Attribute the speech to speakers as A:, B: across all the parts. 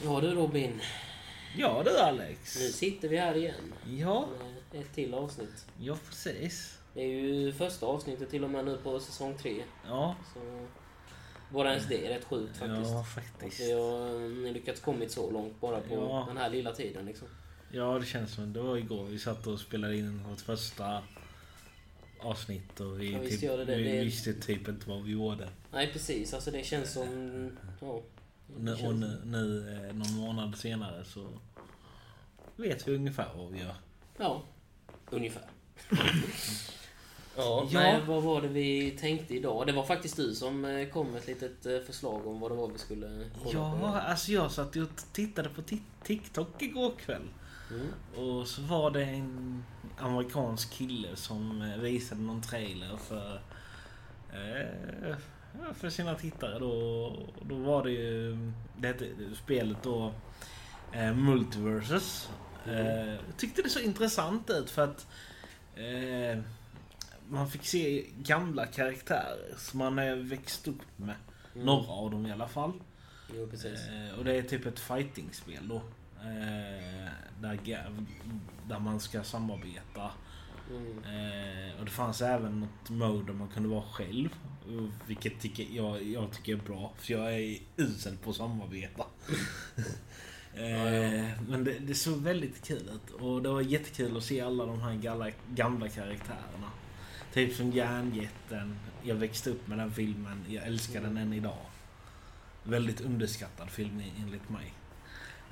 A: Robin.
B: Ja du Alex.
A: Nu sitter vi här igen.
B: Ja,
A: Med ett till avsnitt.
B: ja precis.
A: Det är ju första avsnittet till och med nu på säsong tre.
B: Ja,
A: Så... Bara ens det är rätt sjukt faktiskt.
B: ja
A: Att
B: faktiskt.
A: vi har eh, lyckats kommit så långt bara på
B: Ja.
A: den här lilla tiden liksom.
B: Ja det känns som det var igår vi satt och spelade in vårt första avsnitt och vi,
A: Ja, visst
B: typ,
A: gör det det.
B: vi
A: Det är-
B: visste typ inte vad vi gjorde.
A: Nej precis, alltså det känns som... Ja.
B: Och
A: Det
B: nu, och
A: känns...
B: nu, nu eh, någon månad senare så vet vi ungefär vad vi gör.
A: Ja. Ungefär. Ja,
B: Ja.
A: Nej, vad var det vi tänkte idag? Det var faktiskt du som eh, kom med ett litet eh, förslag om vad det var vi skulle kolla
B: Ja, alltså jag satt ju och tittade på Tik- TikTok igår kväll.
A: på. Mm.
B: Och så var det en amerikansk kille som eh, visade någon trailer för, eh, för sina tittare. Då, Och då var det ju det hette, spelet då eh, Multiverses. Eh, jag tyckte det så intressant ut för att eh, man fick se gamla karaktärer som man eh, växt upp med.
A: Mm.
B: Några av dem i alla fall.
A: Jo, precis.
B: Eh, och det är typ ett fightingspel då. Eh, där, ga- där man ska samarbeta.
A: Mm.
B: Eh, och det fanns även något mode där man kunde vara själv. Och Vilket tycker jag, jag tycker är bra. För jag är usel på att samarbeta. eh, men det, det såg väldigt kul ut. Och det var jättekul att se alla de här gamla, gamla karaktärerna. Typ som Järnjätten. Jag växte upp med den filmen. Jag älskar den än idag. Väldigt underskattad film enligt mig.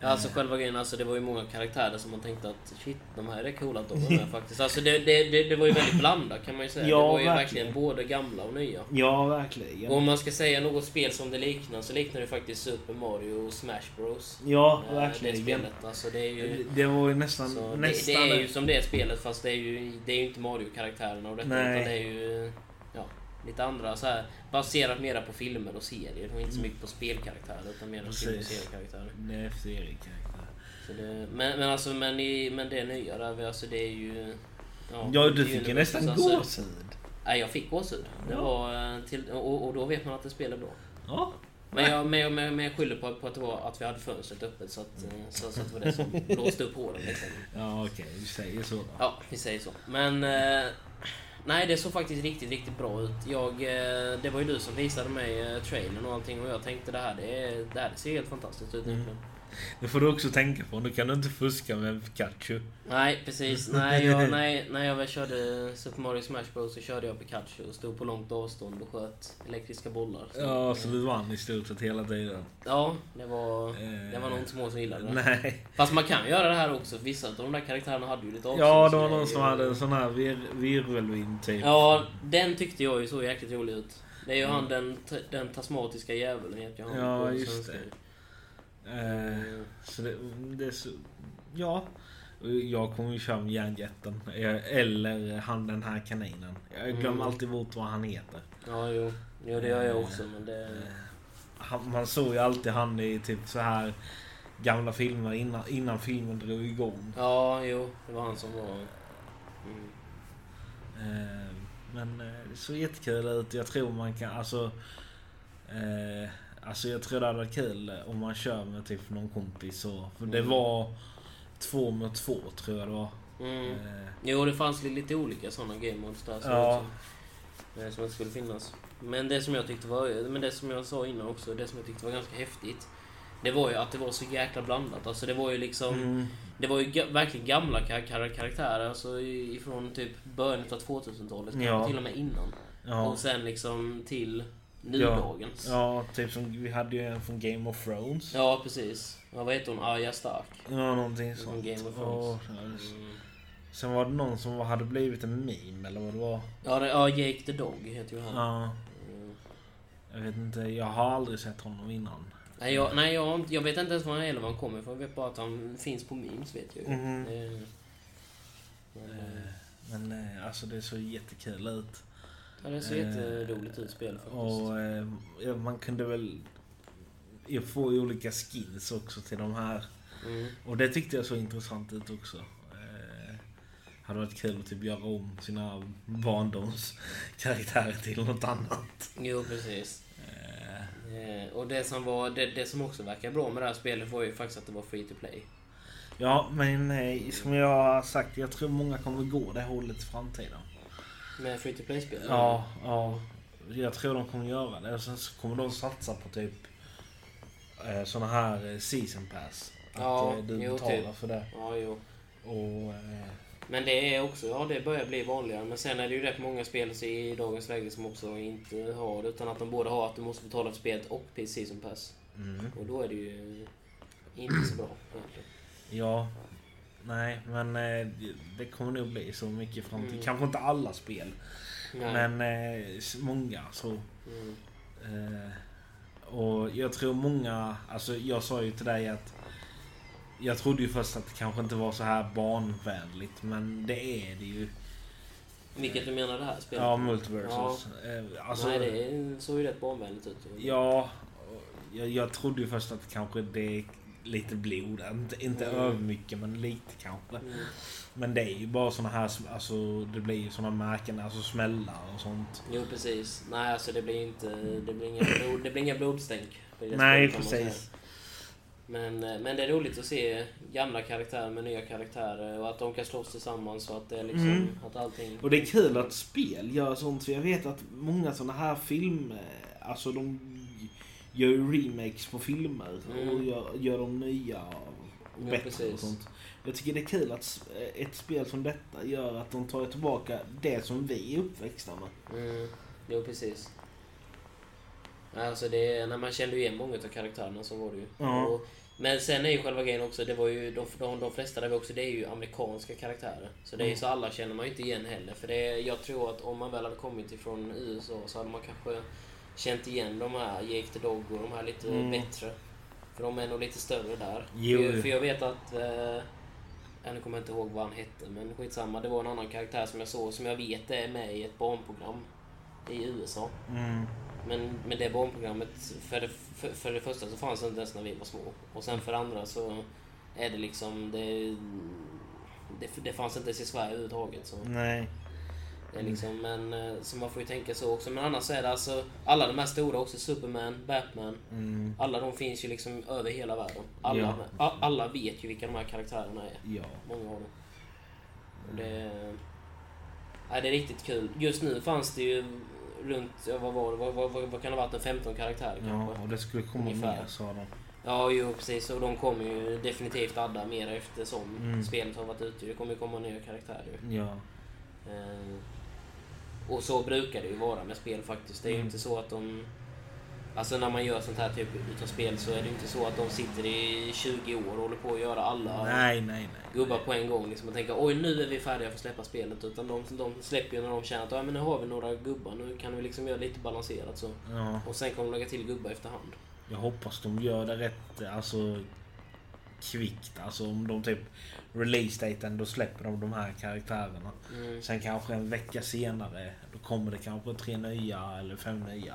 A: Ja, Alltså själva grejen, alltså, det var ju många karaktärer som man tänkte att shit, de här är coola att de var med faktiskt. Alltså det, det, det, det var ju väldigt blandat kan man ju säga.
B: Ja,
A: det var ju
B: verkligen.
A: verkligen, både gamla och nya.
B: Ja, verkligen.
A: Och om man ska säga något spel som det liknar så liknar det faktiskt Super Mario och Smash Bros.
B: Ja,
A: Eh, Det
B: verkligen.
A: spelet, alltså det är ju...
B: Det var ju nästan...
A: Så det,
B: nästan
A: det är ju som det spelet fast det är ju, det är ju inte Mario-karaktärerna och detta
B: Nej.
A: utan det är ju... Ja, lite andra så här baserat mera på filmer och serier. Det var inte så mycket på spelkaraktärer utan mer på film och
B: Mm. Precis.
A: seriekaraktärer.
B: Det är seriekaraktär.
A: Så det, men, men alltså, men, i, men det nya där, vi- alltså det är ju...
B: Ja,
A: det är
B: du fick ju nästan
A: alltså-
B: gåshud.
A: Nej, jag fick gåshud. Det
B: Ja.
A: var, eh, till, och, och då vet man att det spelar bra.
B: Ja.
A: Men jag, men, jag- men, men jag skyller på, på att, det var, att vi hade fönstret öppet så att, eh, så, så att det var det som blåste upp hålen. Liksom.
B: Ja, okej. Du säger så. då.
A: Ja, vi säger så. Men... eh, Nej, det såg faktiskt riktigt, riktigt bra ut. Jag, eh, det var ju du som visade mig eh, trailern och allting och jag tänkte det här, det, är- det här ser helt fantastiskt ut egentligen.
B: Det får du också tänka på. Nu kan du inte fuska med Pikachu.
A: Nej, precis. Nej, jag, nej, när jag väl körde Super Mario Smash Bros så körde jag Pikachu och stod på långt avstånd och sköt elektriska bollar. Så,
B: Ja,
A: eh,
B: så du vann i stort sett hela tiden.
A: ja, det var,
B: Eh,
A: det var nog inte så många som gillade det.
B: Nej.
A: Fast man kan göra det här också. Vissa av de där karaktärerna hade ju lite avstånd.
B: Ja,
A: så
B: det var
A: är
B: någon
A: ju-
B: som hade en sån här vir virvelvind typ.
A: Ja, den tyckte jag ju så jäkligt rolig ut. Det är ju han den, t- den tasmatiska djävulen heter ju han
B: Mm. Ja,
A: på
B: just
A: svenska.
B: Eh, så det, det är så... Ja. Jag kommer ju köra med järnjätten. Eh, Eller han den här kaninen. Jag glömmer
A: Mm.
B: alltid bort vad han heter.
A: Ja, jo. Jo, det gör jag också men det...
B: Eh, Han, man såg ju alltid han i typ så här gamla filmer innan, innan filmen drog igång.
A: Ja, jo. Det var han som var... Mm.
B: Eh, men eh, det såg jättekul ut. Jag tror man kan, alltså... Eh, alltså jag tror det hade varit kul om man kör med typ någon kompis och... För det
A: Mm.
B: var två mot två tror jag det var.
A: Mm.
B: Eh,
A: Jo, det fanns li- lite olika sådana game modes där som,
B: Ja.
A: också, eh, som inte skulle finnas. Men det som jag tyckte var, men det som jag sa innan också, det som jag tyckte var ganska häftigt. Det var ju att det var så jäkla blandat. Alltså det var ju liksom,
B: mm,
A: det var ju ga- verkligen gamla kar- kar- karaktärer. Alltså i- ifrån typ början av 2000-talet, kanske
B: Ja.
A: till och med innan.
B: ja.
A: Och sen liksom till nudagens. Ja,
B: ja, typ som vi hade ju en från Game of Thrones. Ja,
A: precis. Ja, vad heter hon? Arya Stark.
B: någonting
A: Från
B: sånt.
A: Game of Thrones.
B: Ja, det-
A: Mm.
B: Sen var det någon som var- hade blivit en meme eller vad det var.
A: Ja, det, ja, Jake the Dog heter ju han.
B: Ja,
A: Mm.
B: jag vet inte. Jag har aldrig sett honom innan.
A: Nej, jag, nej jag, har inte- jag vet inte ens var han, eller var han kommer ifrån. Jag vet bara att han finns på memes. Vet jag. ju.
B: Mhm.
A: Eh, men, eh,
B: Men eh, alltså det såg jättekul ut.
A: Ja, det ser
B: eh,
A: jätteroligt ut spel faktiskt.
B: Och eh, ja, man kunde väl... Jag får ju olika skins också till de här.
A: Mm.
B: Och det tyckte jag såg intressant ut också. Eh, hade varit kul att typ göra om sina barndomskaraktärer till något annat.
A: Jo, precis.
B: Eh,
A: Eh, Eh, och det som, var, det, det som också verkar bra med det här spelet var ju faktiskt att det var free to play.
B: Ja, men eh, som jag har sagt, jag tror många kommer gå det hållet i framtiden.
A: Med free to play-spel?
B: Ja, ja. Jag tror de kommer göra det. Och sen så kommer de satsa på typ eh, såna här eh, season pass. Att
A: Ja,
B: eh, du
A: jo,
B: betalar
A: typ.
B: för det.
A: Ja, jo.
B: Och eh,
A: Men det är också, ja det börjar bli vanligare. Men sen är det ju rätt många spel i dagens läge som också inte har det. Utan att de både har att du måste betala för spelet och till season pass.
B: mm,
A: Och då är det ju inte så bra egentligen.
B: ja. Nej, men eh, det kommer nog bli så mycket i framtiden.
A: Mm.
B: Kanske inte alla spel,
A: Nej.
B: men eh, s- många. så
A: Mm.
B: Eh, och jag tror många, alltså jag sa ju till dig att jag trodde ju först att det kanske inte var så här barnvänligt men det är det ju.
A: Vilket du menar det här spelet?
B: Ja, multiversus. Eh, alltså,
A: Nej, det är- såg ju rätt barnvänligt ut. ju.
B: Ja, och jag, jag trodde ju först att kanske det är lite blod, inte, inte
A: Mm.
B: övermycket men lite kanske.
A: Mm.
B: Men det är ju bara såna här, sm- alltså det blir ju såna märken, alltså smällar och sånt.
A: Jo, precis. Nej, alltså det blir inte... Det blir inga, blod, det blir inga blodstänk. Det är det
B: Nej,
A: spelet, kan man säga.
B: precis.
A: Men, eh, men det är roligt att se gamla karaktärer med nya karaktärer och att de kan slåss tillsammans och att det är liksom...
B: Mm.
A: Att allting...
B: Och det är kul att spel gör sånt för jag vet att många såna här filmer, alltså de gör ju remakes på filmer och
A: Mm.
B: gör, gör dem nya och
A: Ja,
B: bättre och
A: precis.
B: sånt. Jag tycker det är kul att s- eh, ett spel som detta gör att de tar tillbaka det som vi är uppväxta med.
A: Mm. Jo, precis. Nej, Alltså det, när man kände ju igen många av karaktärerna så var det ju.
B: Ja.
A: Och, men sen är ju själva grejen också, det var ju de, de, de flesta där var också, det är ju amerikanska karaktärer. Så det är ju så alla känner man ju inte igen heller. För det, är- jag tror att om man väl hade kommit ifrån USA så hade man kanske känt igen de här Jake the Dog och de här lite
B: Mm.
A: bättre. För de är nog lite större där.
B: Jo.
A: För, jag- för jag vet att... Eh, jag nu kommer jag inte ihåg vad han hette, men skitsamma. Det var en annan karaktär som jag såg, som jag vet är med i ett barnprogram i USA.
B: Mm,
A: Men, men det barnprogrammet, för det, för, för det första så fanns det inte ens när vi var små. Och sen för det andra så är det liksom... Det, det, det fanns inte ens i Sverige överhuvudtaget. Så.
B: Nej.
A: Det är liksom, men, eh, så man får ju tänka så också. Men annars är det alltså alla de här stora också. Superman, Batman. Alla de finns ju liksom över hela världen. Alla,
B: Ja.
A: a- alla vet ju vilka de här karaktärerna är.
B: Ja.
A: Många av dem. Och det, nej, det är riktigt kul. Just nu fanns det ju runt, ja, vad var det, vad, vad, vad, vad kan det ha varit, en 15 karaktärer kanske?
B: Ja, och det skulle komma
A: Ungefär.
B: mer sa de.
A: Ja, jo precis. Och de kommer ju definitivt adda mer eftersom
B: Mm.
A: spelet har varit ute. Det kommer ju komma nya karaktärer. ju.
B: Ja.
A: Eh, och så brukar det ju vara med spel faktiskt. Det är ju
B: Mm.
A: inte så att de... Alltså när man gör sånt här typ utav spel så är det ju inte så att de sitter i 20 år och håller på att göra alla
B: Nej, nej, nej.
A: gubbar på en gång liksom, och tänka oj nu är vi färdiga för att släppa spelet. Utan de, de släpper ju när de känner att ja, men nu har vi några gubbar, nu kan vi liksom göra lite balanserat så.
B: Ja.
A: Och sen kommer de lägga till gubbar efterhand.
B: Jag hoppas de gör det rätt alltså kvickt. Alltså om de typ release daten då släpper de de här karaktärerna.
A: Mm.
B: Sen kanske en vecka senare då kommer det kanske tre nya eller fem nya.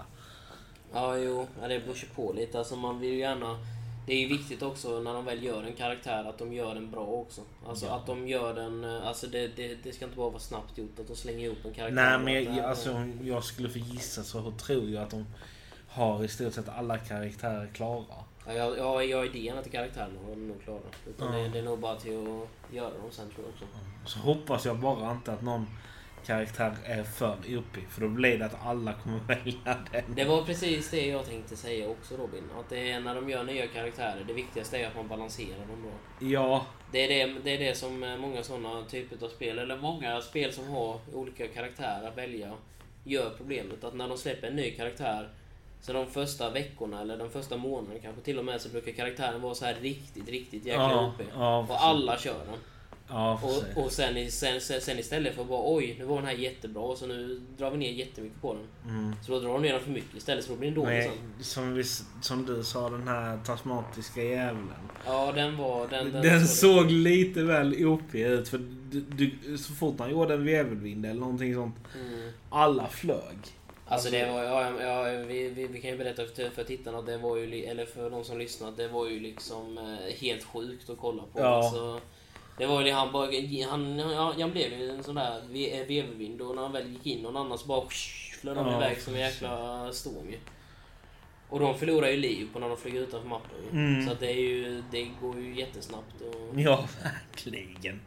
A: Ja, jo, ja, det beror ju på lite. Alltså man vill ju gärna... Det är ju viktigt också när de väl gör en karaktär att de gör den bra också. Alltså
B: Ja.
A: att de gör den... eh, Alltså det, det, det ska inte bara vara snabbt gjort att de slänger ihop en karaktär.
B: Nej
A: och
B: men
A: att det
B: jag,
A: här-
B: jag, alltså, om jag skulle få gissa så tror jag att de har i stort sett alla karaktärer klara.
A: eh, Ja, jag, jag, jag har idéerna till karaktärerna har de nog klara. Utan
B: Ja.
A: det, det är nog bara till att göra dem sen tror jag också.
B: Så hoppas jag bara inte att någon karaktär är för jobbig för då blir det att alla kommer välja den.
A: Det var precis det jag tänkte säga också Robin. Att det är när de gör nya karaktärer, det viktigaste är att man balanserar dem bra.
B: Ja,
A: Det är det, det är det som eh, många sådana typer av spel, eller många spel som har olika karaktärer att välja, gör problemet. Att när de släpper en ny karaktär, så de första veckorna eller de första månaderna kanske till och med, så brukar karaktären vara så här riktigt, riktigt jäkla
B: Ja,
A: OP.
B: ja,
A: och
B: precis.
A: alla kör den.
B: ja precis.
A: Och, och sen, i- sen, sen, sen istället för att bara oj, nu var den här jättebra, så nu drar vi ner jättemycket på den.
B: Mm.
A: Så då drar de ner den för mycket istället, så då blir den dålig
B: Nej,
A: sen.
B: som, vi, som du sa, den här tasmatiska djävulen.
A: Ja, den var... Den,
B: Den,
A: den, såg-
B: såg lite väl OP ut. För du, du, så fort han gjorde en virvelvind eller någonting sånt,
A: Mm.
B: alla flög.
A: Alltså det var, ja, ja, vi, vi, vi kan ju berätta för, för tittarna, att det var ju, li- eller för de som lyssnar, att det var ju liksom eh, helt sjukt att kolla på.
B: Ja.
A: Alltså, det var ju det, han, bara, han, ja, han blev ju en sån där ve- eh, vevevind och när han väl gick in någon annan så bara psh, flög han
B: Ja,
A: iväg som en
B: precis.
A: jäkla storm ju. Och de förlorar ju liv på när de flyger utanför mappen. ju.
B: Mm.
A: Så att det, är ju, det går ju jättesnabbt. Och,
B: Ja, verkligen.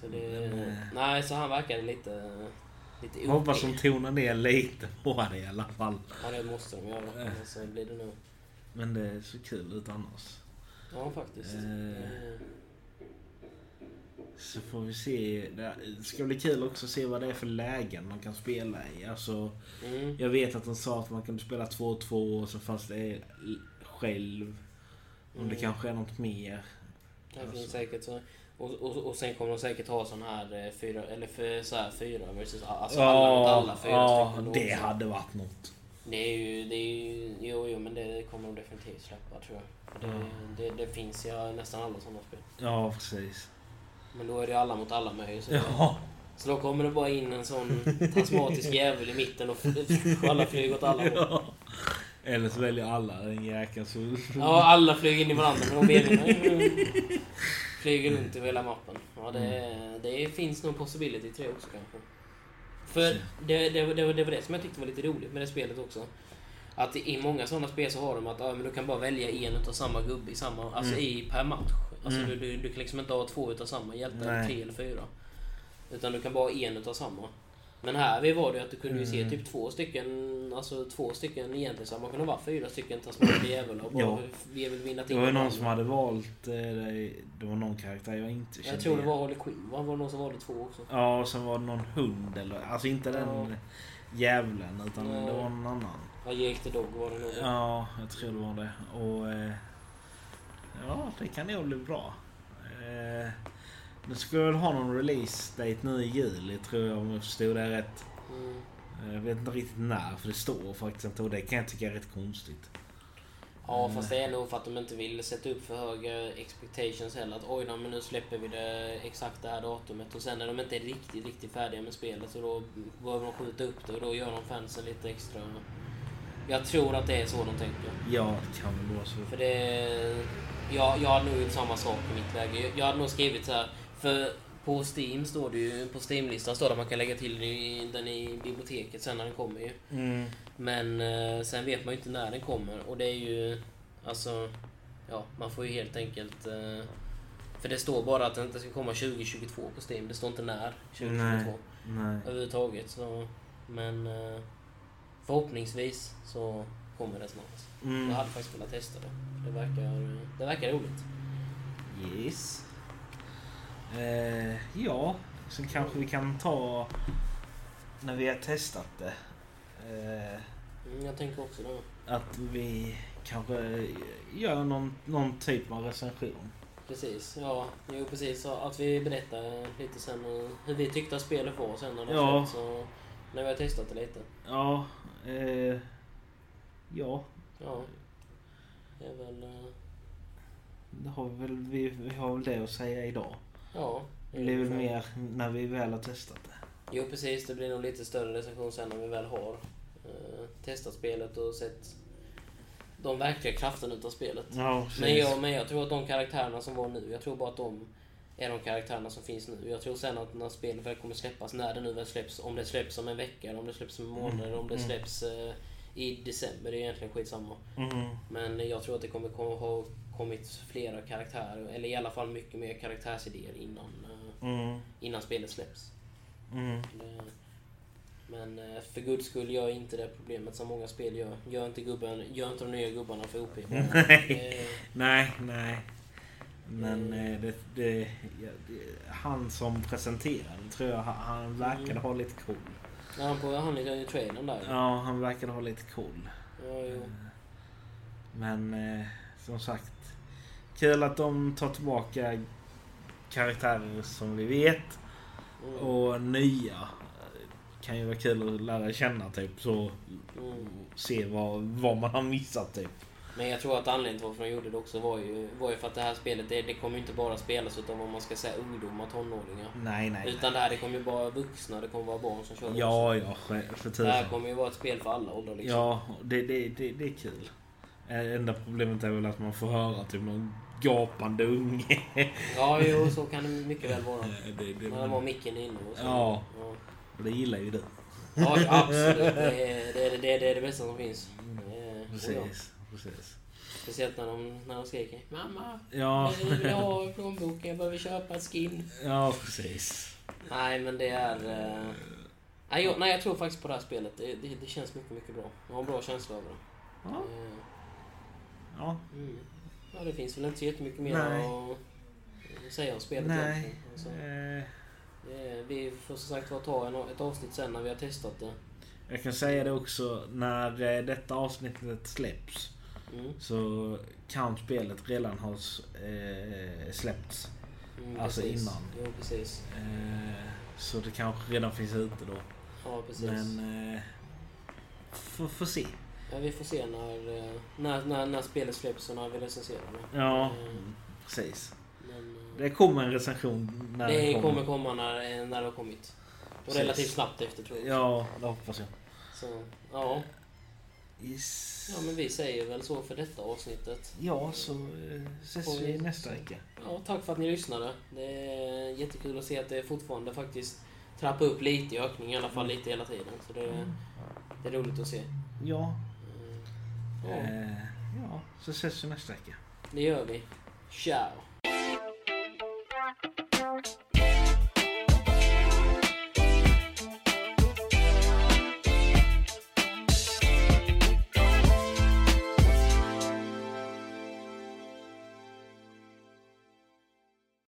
A: så det, nej, så han verkade lite... lite
B: Mm. Jag hoppas
A: otrevlig.
B: de tonar ner lite på det i alla fall.
A: Ja, det måste de
B: Eh.
A: göra. Annars Så blir det nog...
B: Men det ser kul ut annars.
A: Ja, faktiskt.
B: Eh.
A: Eh,
B: Så får vi se. Det ska bli kul också att se vad det är för lägen man kan spela i. Alltså,
A: Mm.
B: jag vet att de sa att man kunde spela 2-2 och så fanns det själv. Om
A: Mm.
B: det kanske är något mer.
A: Det
B: Alltså.
A: finns säkert så. Och, och, och sen kommer de säkert ha sån här eh, fyra, eller för, så här fyra versus alltså alla mot alla fyra
B: ja
A: stycken. då
B: det
A: också.
B: hade varit något.
A: Det är ju, det är ju, jo, jo men det kommer de definitivt släppa tror jag. Det,
B: Mm.
A: det, det finns ju nästan alla sådana spel.
B: Ja, precis.
A: Men då är det alla mot alla med ju. Så,
B: Ja,
A: så då kommer det bara in en sån tasmatisk jävel i mitten och f- alla flyger åt alla håll.
B: ja. Eller så väljer alla den jäkeln så...
A: Ja, alla flyger in i varandra men de benen eh, flyger runt över hela mappen. Ja, det, det finns nog possibility till det också kanske. För det, det, det, var- det var det som jag tyckte var lite roligt med det spelet också. Att i många sådana spel så har de att ja, men du kan bara välja en utav samma gubbe i samma, alltså i per match. Alltså du, du, du kan liksom inte ha två utav samma hjälte, eller
B: Nej.
A: tre eller fyra. Utan du kan bara ha en utav samma. Men här vi var det ju att du kunde ju
B: Mm.
A: se typ två stycken, alltså två stycken egentligen så här, man kunde vara fyra stycken tasmaniska djävlar och bara
B: Ja.
A: vi vill vinna
B: Det
A: till
B: var ju
A: varandra.
B: någon som hade valt... eh, Det det var någon karaktär jag inte kände
A: Jag tror det
B: igen.
A: var Harley Quinn, var det någon som valde två också?
B: Ja, och sen var det någon hund eller... Alltså inte den djävulen utan
A: Nej.
B: det var någon annan.
A: Ja, Jake the Dog var det nog.
B: Ja, jag tror det var det. Och... eh, Ja, det kan nog bli bra. Eh, Nu ska vi väl ha någon release date nu i juli tror jag om jag förstod det rätt.
A: Mm.
B: Eh, Jag vet inte riktigt när för det står faktiskt inte och det kan jag tycka är rätt konstigt.
A: Ja, fast det är nog för att de inte vill sätta upp för höga expectations heller. Att oj då, men nu släpper vi det exakt det här datumet. Och sen när de inte är riktigt, riktigt färdiga med spelet så då behöver de skjuta upp det och då gör de fansen lite extra... Jag tror att det är så de tänker.
B: Ja, det kan väl vara så.
A: För det... Jag, jag hade nog gjort samma sak i mitt läge. Jag, jag hade nog skrivit så här. För på Steam står det ju, på Steam-listan står det att man kan lägga till den i, den i biblioteket sen när den kommer ju.
B: Mm.
A: Men eh, sen vet man ju inte när den kommer och det är ju... Alltså... Ja, man får ju helt enkelt... Eh, för det står bara att den inte ska komma 2022 på Steam. Det står inte när 2022
B: Nej. Nej.
A: överhuvudtaget. Så, men eh, förhoppningsvis så kommer det snart.
B: Mm.
A: Jag hade faktiskt velat testa det. Det verkar, det verkar roligt.
B: Yes. Eh, ja, sen kanske vi kan ta när vi har testat det. Eh,
A: Mm, jag tänker också det.
B: att vi kanske eh, gör någon, någon typ av recension.
A: Precis, ja. Jo, precis. Så Att vi berättar lite sen eh, hur vi tyckte att spelet var sen när det
B: Ja.
A: släppts och när vi har testat det lite.
B: Ja. Eh, ja.
A: Ja. Det är väl... eh,
B: Det har vi, väl, vi, vi har väl det att säga idag.
A: Ja.
B: Det blir väl
A: ungefär.
B: mer när vi väl har testat det.
A: Jo, precis. Det blir nog lite större recension sen när vi väl har eh, testat spelet och sett de verkliga krafterna utav spelet.
B: Ja,
A: Men jag, men jag tror att de karaktärerna som var nu, jag tror bara att de är de karaktärerna som finns nu. Jag tror sen att när spelet väl kommer släppas, när det nu väl släpps, om det släpps om en vecka, eller om det släpps om en månad, eller om det släpps eh, i december, det är egentligen skitsamma.
B: Mm.
A: Men jag tror att det kommer kom- ha kommit flera karaktärer, eller i alla fall mycket mer karaktärsidéer innan, eh,
B: Mm.
A: innan spelet släpps.
B: Mm.
A: Det- Men eh, för guds skull, gör inte det problemet som många spel gör. Gör inte, gubben, gör inte de nya gubbarna för Eh, OP.
B: Nej. Nej, nej. Men eh, det, det, ja, det, han som presenterade tror jag, han- han verkade ha lite cool.
A: När han på han i trailern där. Ja.
B: Mm. Ja, han verkade ha lite cool.
A: jo.
B: Men eh, som sagt, kul att de tar tillbaka karaktärer som vi vet
A: Mm.
B: och nya. Kan ju vara kul att lära känna typ så
A: Mm.
B: se vad, vad man har missat typ.
A: Men jag tror att anledningen till varför de gjorde det också var ju, var ju för att det här spelet, det, det kommer ju inte bara spelas utav vad man ska säga ungdomar, tonåringar.
B: Nej, nej.
A: Utan det här, det kommer ju bara vuxna, det kommer vara barn som kör det också.
B: Ja, ja, för för
A: Det
B: tusan.
A: här kommer ju vara ett spel för alla åldrar liksom.
B: Ja, det, det, det, det är kul. Eh, Enda problemet är väl att man får höra typ någon gapande unge.
A: ja jo, så kan det mycket väl vara.
B: Eh, det, det,
A: När det var micken inne och så.
B: Ja.
A: ja.
B: och det gillar ju du.
A: Ja, absolut. Det är det, är, det, är, det, är det bästa som finns. Det är-
B: Mm. precis. precis.
A: Speciellt när de, när de skriker Mamma!
B: Ja.
A: Jag vill ha plånboken, jag behöver köpa ett skin.
B: ja, precis.
A: Nej, men det är... eh, Nej, jag, nej, jag tror faktiskt på det här spelet. Det, det, det känns mycket, mycket bra. Jag har en bra känsla över det.
B: Ja.
A: Eh,
B: ja.
A: Mm. Ja, det finns väl inte så jättemycket mer
B: Nej.
A: att- att säga om spelet
B: Nej.
A: egentligen. Alltså,
B: Eh,
A: det är- Vi får som sagt var ta en, ett avsnitt sen när vi har testat det.
B: Jag kan säga det också. När eh, detta avsnittet släpps
A: Mm.
B: så kan spelet redan ha eh, släppts.
A: Mm,
B: Alltså
A: precis.
B: innan.
A: Jo, precis.
B: Eh, så det kanske redan finns ute då.
A: Ja, precis.
B: Men... Eh, får, får se.
A: Ja, vi får se när, eh, när, när, när spelet släpps och när vi recenserar det.
B: Ja,
A: Mm.
B: precis.
A: Men, eh,
B: Det kommer en recension när
A: det
B: den
A: kommer komma när, eh, när det har kommit. Och
B: Precis.
A: relativt snabbt efter tror jag.
B: Ja, det hoppas jag.
A: Så, ja.
B: Yes.
A: ja, men vi säger väl så för detta avsnittet.
B: Ja, så eh, ses vi nästa vecka.
A: Ja, tack för att ni lyssnade. Det är jättekul att se att det fortfarande faktiskt trappar upp lite i ökning, i alla fall lite hela tiden. Så det, det är roligt att se.
B: Ja,
A: Ja,
B: eh, ja, så ses vi nästa vecka.
A: det gör vi. Ciao!